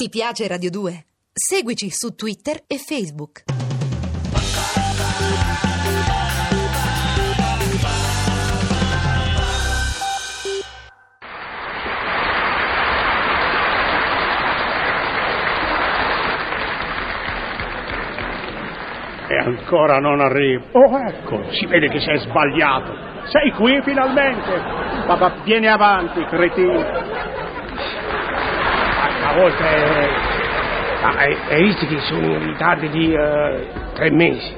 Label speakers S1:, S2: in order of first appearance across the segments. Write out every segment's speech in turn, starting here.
S1: Ti piace Radio 2? Seguici su Twitter e Facebook.
S2: E ancora non arrivo. Oh, ecco, si vede che sei sbagliato. Sei qui finalmente. Ma va- vieni avanti, cretino.
S3: A volte eh, ah, e, e visto che sono in ritardo di eh, tre mesi.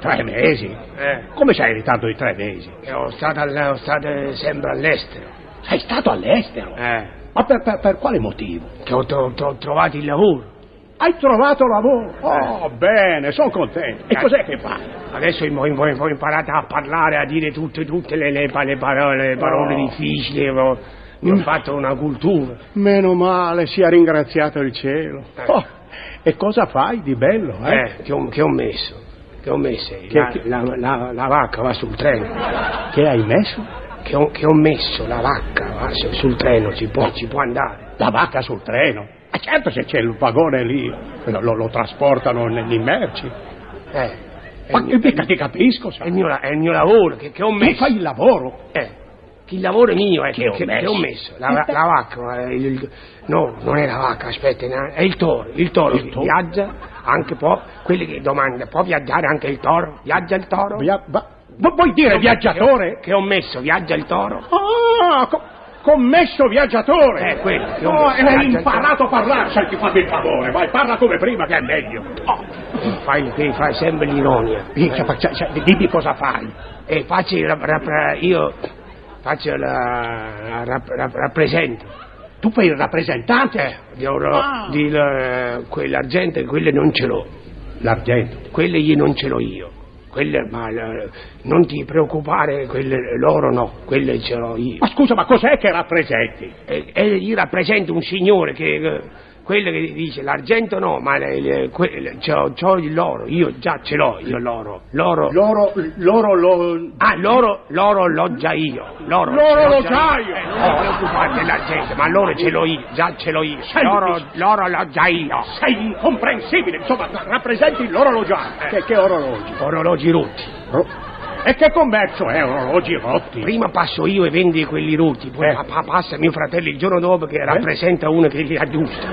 S2: Tre mesi?
S3: Eh,
S2: Come sei in ritardo di tre mesi?
S3: sono stato, all- sono
S2: eh,
S3: stato sempre all'estero.
S2: Sei stato all'estero?
S3: Eh,
S2: Ma per, per- per quale motivo?
S3: che ho, tro- tro- trovato il lavoro.
S2: Hai trovato lavoro. Oh, bene, sono contento. E
S3: Eh.
S2: cos'è che fai?
S3: Adesso ho, ho- ho imparato a parlare, a dire tutte, tutte le, le pa- le parole, le parole
S2: Oh.
S3: difficili. Ho, mi ho
S2: Mm.
S3: fatto una cultura.
S2: Meno male, sia ringraziato il cielo.
S3: Eh.
S2: Oh, e cosa fai di bello, eh?
S3: Eh, che ho, che ho messo? Che ho messo?
S2: Che-
S3: la,
S2: che-
S3: la- la- la vacca va sul treno.
S2: Che hai messo?
S3: Che ho, che ho messo la vacca va su- sul treno, ci può, ci può andare.
S2: La vacca sul treno. Eh, certo se c'è il vagone lì, lo, lo- lo trasportano negli merci.
S3: Eh, è
S2: Ma
S3: il mio-
S2: che mica ti capisco,
S3: è
S2: sai.
S3: il mio, la- è il mio lavoro che, che ho
S2: Tu
S3: messo.
S2: fai il lavoro.
S3: Eh, che il lavoro mio eh, è
S2: Che ho messo.
S3: La, la- la vacca, eh, il- il- no, non è la vacca, aspetta, no, è il toro. Il toro,
S2: Il
S3: che
S2: toro.
S3: viaggia, anche può, quelli che domanda, può viaggiare anche il toro? Viaggia il toro?
S2: Via- va- vu- vuoi dire
S3: Che,
S2: viaggiatore?
S3: ho messo, viaggia il toro?
S2: Ah, co- commesso viaggiatore.
S3: Eh, quello, che ho
S2: Oh,
S3: messo,
S2: e hai
S3: viaggiatore.
S2: imparato a parlare, senti, fammi il favore, vai, parla come prima che è meglio. Oh,
S3: Fai, che fai sempre l'ironia.
S2: cioè, faccia- cioè, dimmi cosa fai.
S3: E faccio, il rap- rap- io faccio la, la rap- rap- rappresento.
S2: Tu fai il rappresentante?
S3: Di, oro-
S2: Ah.
S3: di la- quell'argento, quelle non ce l'ho,
S2: L'argento.
S3: quelle io non ce l'ho io. Quelle, ma la- non ti preoccupare, quelle, loro no, quelle ce l'ho io.
S2: Ma scusa, ma cos'è che rappresenti?
S3: E, e io rappresento un signore che, che- quello che dice l'argento no, ma le- le- que- c'ho, c'ho il loro, io già ce l'ho, io l'oro. Loro,
S2: Loro, loro lo...
S3: ah, loro, loro l'ho già io. Loro,
S2: Loro
S3: ce l'ho
S2: l'ho già io.
S3: Eh, non ti preoccupare dell'argento, ma loro ce l'ho io, già ce l'ho io.
S2: Senti.
S3: Loro, loro l'ho già io.
S2: Sei incomprensibile, insomma, rappresenti l'orologiario. Eh, Che, che orologi?
S3: Orologi rotti.
S2: E che commercio è orologi rotti?
S3: Prima passo io e vendi quelli rotti, poi
S2: Eh.
S3: pa- pa- passa mio fratello il giorno dopo che rappresenta uno che li aggiusta.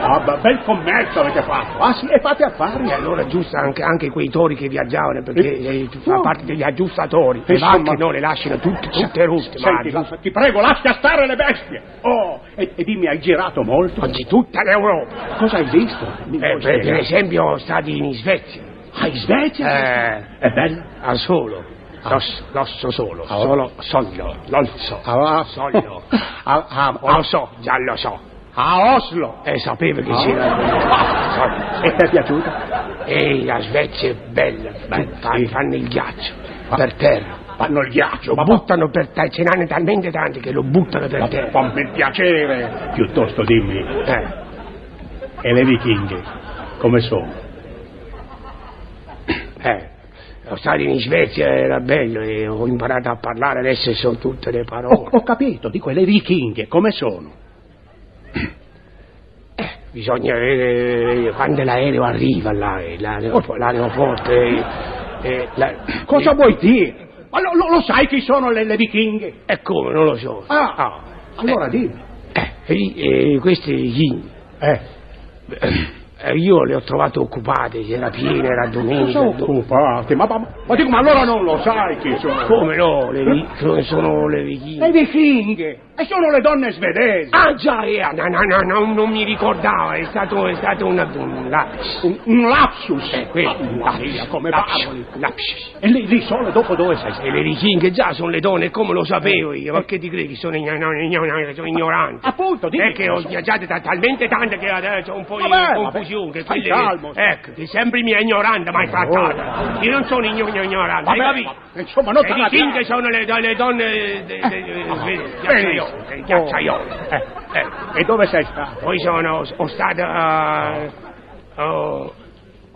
S2: Ah, ah, beh, bel commercio avete fatto. Ah sì, e fate affari.
S3: E allora aggiusta anche, anche quei tori che viaggiavano perché
S2: Eh,
S3: eh, fa
S2: no.
S3: parte degli aggiustatori. Le
S2: Insomma.
S3: vacche no, le lasciano tutte, tutte rotte. Ma
S2: Senti,
S3: aggiust-
S2: la- ti prego, lascia stare le bestie. Oh, e, e dimmi, hai girato molto?
S3: oggi tutta l'Europa.
S2: Cosa hai visto? Mi
S3: Eh,
S2: vuoi
S3: per, per
S2: spiegare?
S3: esempio sono stati in Svezia,
S2: Ah, in Svezia?
S3: Eh.
S2: È bello?
S3: a solo,
S2: Ah.
S3: l'osso, l'osso solo,
S2: Ah,
S3: solo, solo, l'osso.
S2: A,
S3: Solo.
S2: a, a-
S3: Lo so, già lo so.
S2: a Oslo.
S3: E sapevo che
S2: Ah.
S3: c'era...
S2: E ti è piaciuta?
S3: E la Svezia è bella,
S2: Beh,
S3: fa-
S2: sì.
S3: fanno il ghiaccio
S2: Ah.
S3: per terra.
S2: Fanno il ghiaccio,
S3: Lo
S2: ma
S3: buttano per terra, ce n'hanno talmente tanti che lo buttano per
S2: Ma
S3: terra.
S2: fammi il piacere. Piuttosto dimmi,
S3: Eh,
S2: e le vichinghe come sono?
S3: eh. Sono stato in Svezia, era bello, e ho imparato a parlare, adesso so tutte le parole.
S2: ho capito, dico, e le vichinghe come sono?
S3: Bisogna vedere quando l'aereo arriva là, e l'aereo- l'aeroporto. e- e la-
S2: Cosa
S3: e-
S2: vuoi dire? Ma lo, lo- lo sai chi sono le, le vichinghe?
S3: E come, non lo so.
S2: Ah,
S3: Ah,
S2: allora dimmi.
S3: eh, e- e questi vichinghi,
S2: Eh,
S3: eh, io le ho trovate occupate, era piena, era domenica.
S2: sono
S3: do-
S2: occupati? Ma, ma, ma dico, ma allora non lo sai chi sono?
S3: Come no, le vi- sono, sono le
S2: Le
S3: vichinghe.
S2: vichinghe, e sono le donne svedesi.
S3: Ah già, eh, ah, no, no, no, no, non mi ricordavo, è stato, è stato un, un lapsus.
S2: Un, un lapsus.
S3: Eh, quello, un
S2: Mamma
S3: lapsus.
S2: mia, come
S3: lapsus,
S2: parli.
S3: lapsus.
S2: E lì, lì solo dopo dove sei
S3: E le vichinghe già sono le donne, come lo sapevo
S2: Eh.
S3: io, ma che ti credi, sono, igno- no, igno- no, sono ignoranti.
S2: Appunto, Ah, dimmi. Ah,
S3: È che ho viaggiato ta- talmente tante che adesso ho un po' di
S2: Vabbè,
S3: confusione. che
S2: stai
S3: quelle-
S2: calmo.
S3: Ecco, che sempre mi è ignorante, mai trattata. Io non sono igno- ignorante, hai
S2: Vabbè,
S3: capito?
S2: ma- insomma, non
S3: le
S2: te la
S3: vichinghe
S2: piace.
S3: sono le, le donne de- de-
S2: Eh,
S3: de-
S2: ah,
S3: ghiacciaiole,
S2: eh. benissimo.
S3: ghiacciaiole.
S2: Eh.
S3: Eh.
S2: E dove sei stato?
S3: Poi sono, ho stato eh, oh,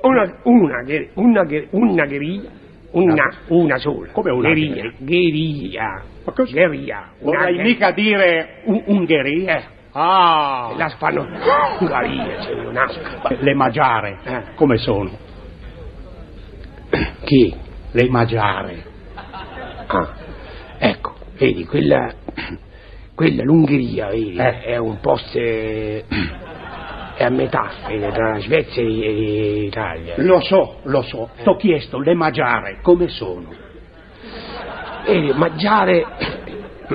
S3: una, una, ghe- una, ghe- una guerriglia, una, una sola.
S2: Come una
S3: Guerriglia, guerriglia,
S2: Ma cosa-
S3: guerriglia. una
S2: Vorrei
S3: guer-
S2: mica dire U- Ungheria.
S3: Eh,
S2: Ah,
S3: La spanoccaria, c'è un'asca.
S2: le magiare,
S3: Eh.
S2: come sono?
S3: Chi?
S2: Le magiare.
S3: Ah, ecco, vedi, quella, quella l'Ungheria, vedi,
S2: Eh.
S3: è un posto, eh, è a metà, vedi, tra la Svezia e e l'Italia.
S2: Lo so, lo so. Eh. T'ho chiesto le magiare, come sono?
S3: Vedi, mangiare,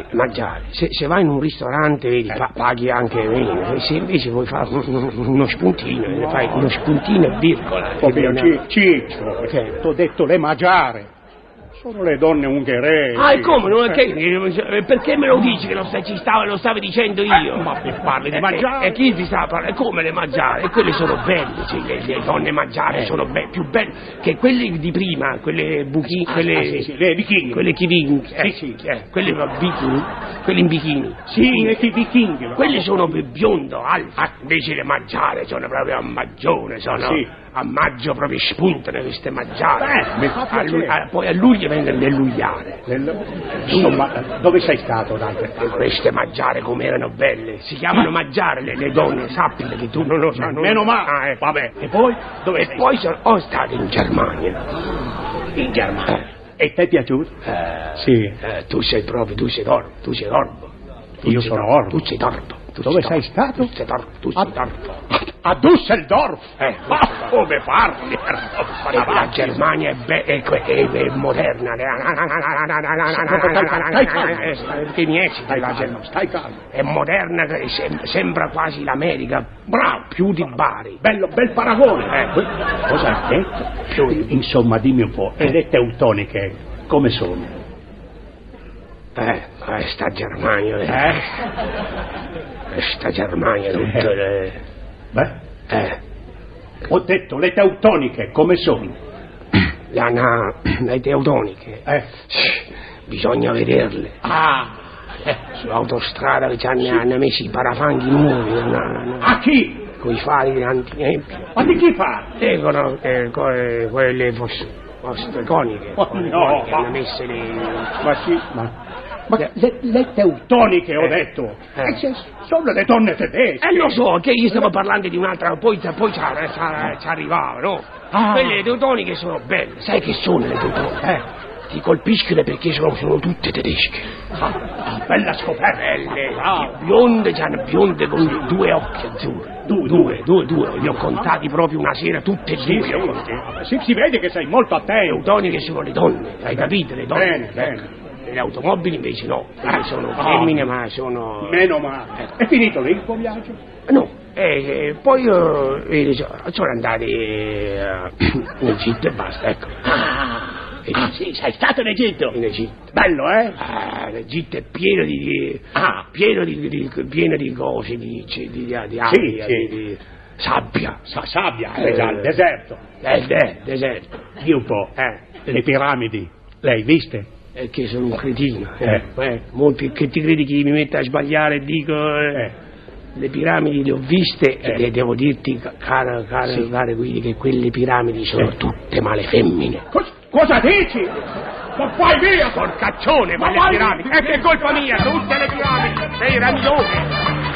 S3: mangiare, se, se vai in un ristorante, vedi, pa- paghi anche meno, E se invece vuoi fare uno spuntino, vedi, fai uno spuntino e virgola.
S2: Oh
S3: vedi,
S2: mio
S3: una-
S2: Ci- Ciccio,
S3: Che?
S2: t'ho detto le magiare. Sono le donne ungheresi.
S3: Ah, e come? Non è
S2: Eh,
S3: che- perché me lo dici che lo, stai- ci stava, lo stavi dicendo io?
S2: Eh, ma che parli di
S3: Eh,
S2: mangiare?
S3: E, chi ti sta parlando? E eh, come le mangiare? E quelle sono belle, cioè, le, le donne mangiare
S2: Eh.
S3: sono be- più belle che quelle di prima, quelle buchi,
S2: Ah,
S3: quelle...
S2: ah, sì, sì, le vichinghe.
S3: Quelle chi vin- eh,
S2: Sì, sì.
S3: eh, quelle va- bikini, quelle in bikini.
S2: Sì, e chi vichinghe.
S3: Quelle sono più biondo, alfa, invece le mangiare sono proprio a maggione, sono
S2: Sì.
S3: a maggio proprio spuntano queste mangiare.
S2: Beh, mi fa
S3: A lu-
S2: piacere.
S3: a- poi a luglio vengono le lugliare.
S2: Nel- Insomma, dove sei stato, Dante?
S3: E queste mangiare come erano belle, si chiamano mangiare le, le donne, sappile che tu non lo sai. non-
S2: Cioè, Meno male.
S3: Ah, ecco.
S2: Vabbè, e poi? Dove
S3: E
S2: sei?
S3: poi sono, ho stato in Germania.
S2: in Germania. E ti è piaciuto?
S3: Eh,
S2: Sì.
S3: eh, tu sei proprio, tu sei torbo, tu sei torbo. Tu
S2: Io
S3: sei
S2: sono
S3: torbo,
S2: orbo.
S3: Tu sei torbo. tu
S2: Dove
S3: sei
S2: sei
S3: torbo,
S2: stato? Ah.
S3: Tu sei torbo, tu
S2: A-
S3: sei torbo.
S2: A Düsseldorf?
S3: Eh,
S2: Ma come parli?
S3: Eh, La Germania è, be- è, que- è- è moderna.
S2: stai calmo.
S3: Eh, Che mi esita
S2: Stai
S3: la
S2: calmo,
S3: Germania.
S2: stai calmo.
S3: È moderna, che sem- sembra quasi l'America. Bravo, più di Bari.
S2: Bello, bel paragone.
S3: Eh.
S2: Que- Cosa hai detto?
S3: Più di-
S2: Insomma, dimmi un po', e le teutoniche come sono?
S3: Eh, eh, sta Germania. Eh.
S2: Eh?
S3: Eh, Sta Germania, tutte le...
S2: Beh,
S3: Eh,
S2: ho detto le teutoniche come sono?
S3: la, na- le teutoniche.
S2: Eh.
S3: Bisogna vederle.
S2: Ah,
S3: Sull'autostrada che ci hanno, hanno messo i parafanghi nuovi. una- una-
S2: a chi?
S3: Con i fari grandi tempi.
S2: Ma di chi parli?
S3: E con eh, co- eh, quelle fos- coniche.
S2: Oh, no,
S3: coniche,
S2: ma-
S3: hanno messo le...
S2: Ma sì, ma... Ma le, le teutoniche, ho
S3: Eh.
S2: detto,
S3: Eh.
S2: E se- sono le donne tedesche.
S3: Eh lo so, che io stavo parlando di un'altra, poi, poi ci ar- ci ar- ci arrivava, no?
S2: Ah.
S3: Quelle teutoniche sono belle, sai che sono le teutoniche?
S2: Eh.
S3: Ti colpiscono perché sono, sono tutte tedesche.
S2: Ah, bella scoperta. Ah.
S3: Belle,
S2: Bravo.
S3: bionde, hanno bionde con due occhi azzurri.
S2: Due,
S3: due, due, due. Li ho contati proprio una sera, tutte e
S2: Sì,
S3: due. li ho contati.
S2: sì, sì, si vede che sei molto
S3: Le
S2: attento.
S3: teutoniche sono le donne, hai capito? Le donne. ecco.
S2: Bene, bene.
S3: Le automobili invece no, perché sono
S2: Ah.
S3: femmine ma sono...
S2: Meno male. È finito lì il tuo viaggio?
S3: No, eh, eh, poi eh, eh, so- sono andati eh, in Egitto e basta, ecco.
S2: Ah,
S3: Sì.
S2: sì, sei stato in Egitto.
S3: In Egitto.
S2: Bello, eh?
S3: Ah, l'Egitto è pieno di, di-
S2: Ah.
S3: pieno di, di- pieno di cose, di, cioè, di, di, di
S2: Sì,
S3: aria,
S2: sì.
S3: di, di sabbia.
S2: Sa sabbia,
S3: Eh.
S2: esatto, il deserto.
S3: Eh, eh, deserto.
S2: Dì un po',
S3: Eh.
S2: le piramidi, le hai viste?
S3: E eh, che sono un cretino.
S2: Eh.
S3: Eh. Eh, molti che ti credi che mi metta a sbagliare e dico... eh,
S2: Eh.
S3: Le piramidi le ho viste
S2: Eh.
S3: e de- devo dirti, ca- cara, cara,
S2: Sì.
S3: cara Guidi, che quelle piramidi sono
S2: Eh.
S3: tutte male femmine.
S2: Cos- cosa dici? Ma vai via, porcaccione,
S3: ma le piramidi. E che colpa mia, tutte le piramidi. Sei rabbioso.